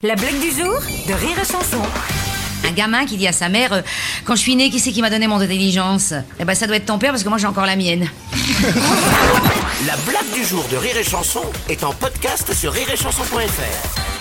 La blague du jour de Rire et Chanson. Un gamin qui dit à sa mère euh, Quand je suis né, qui c'est qui m'a donné mon intelligence Eh ben ça doit être ton père parce que moi j'ai encore la mienne. La blague du jour de Rire et Chanson est en podcast sur rireetchanson.fr.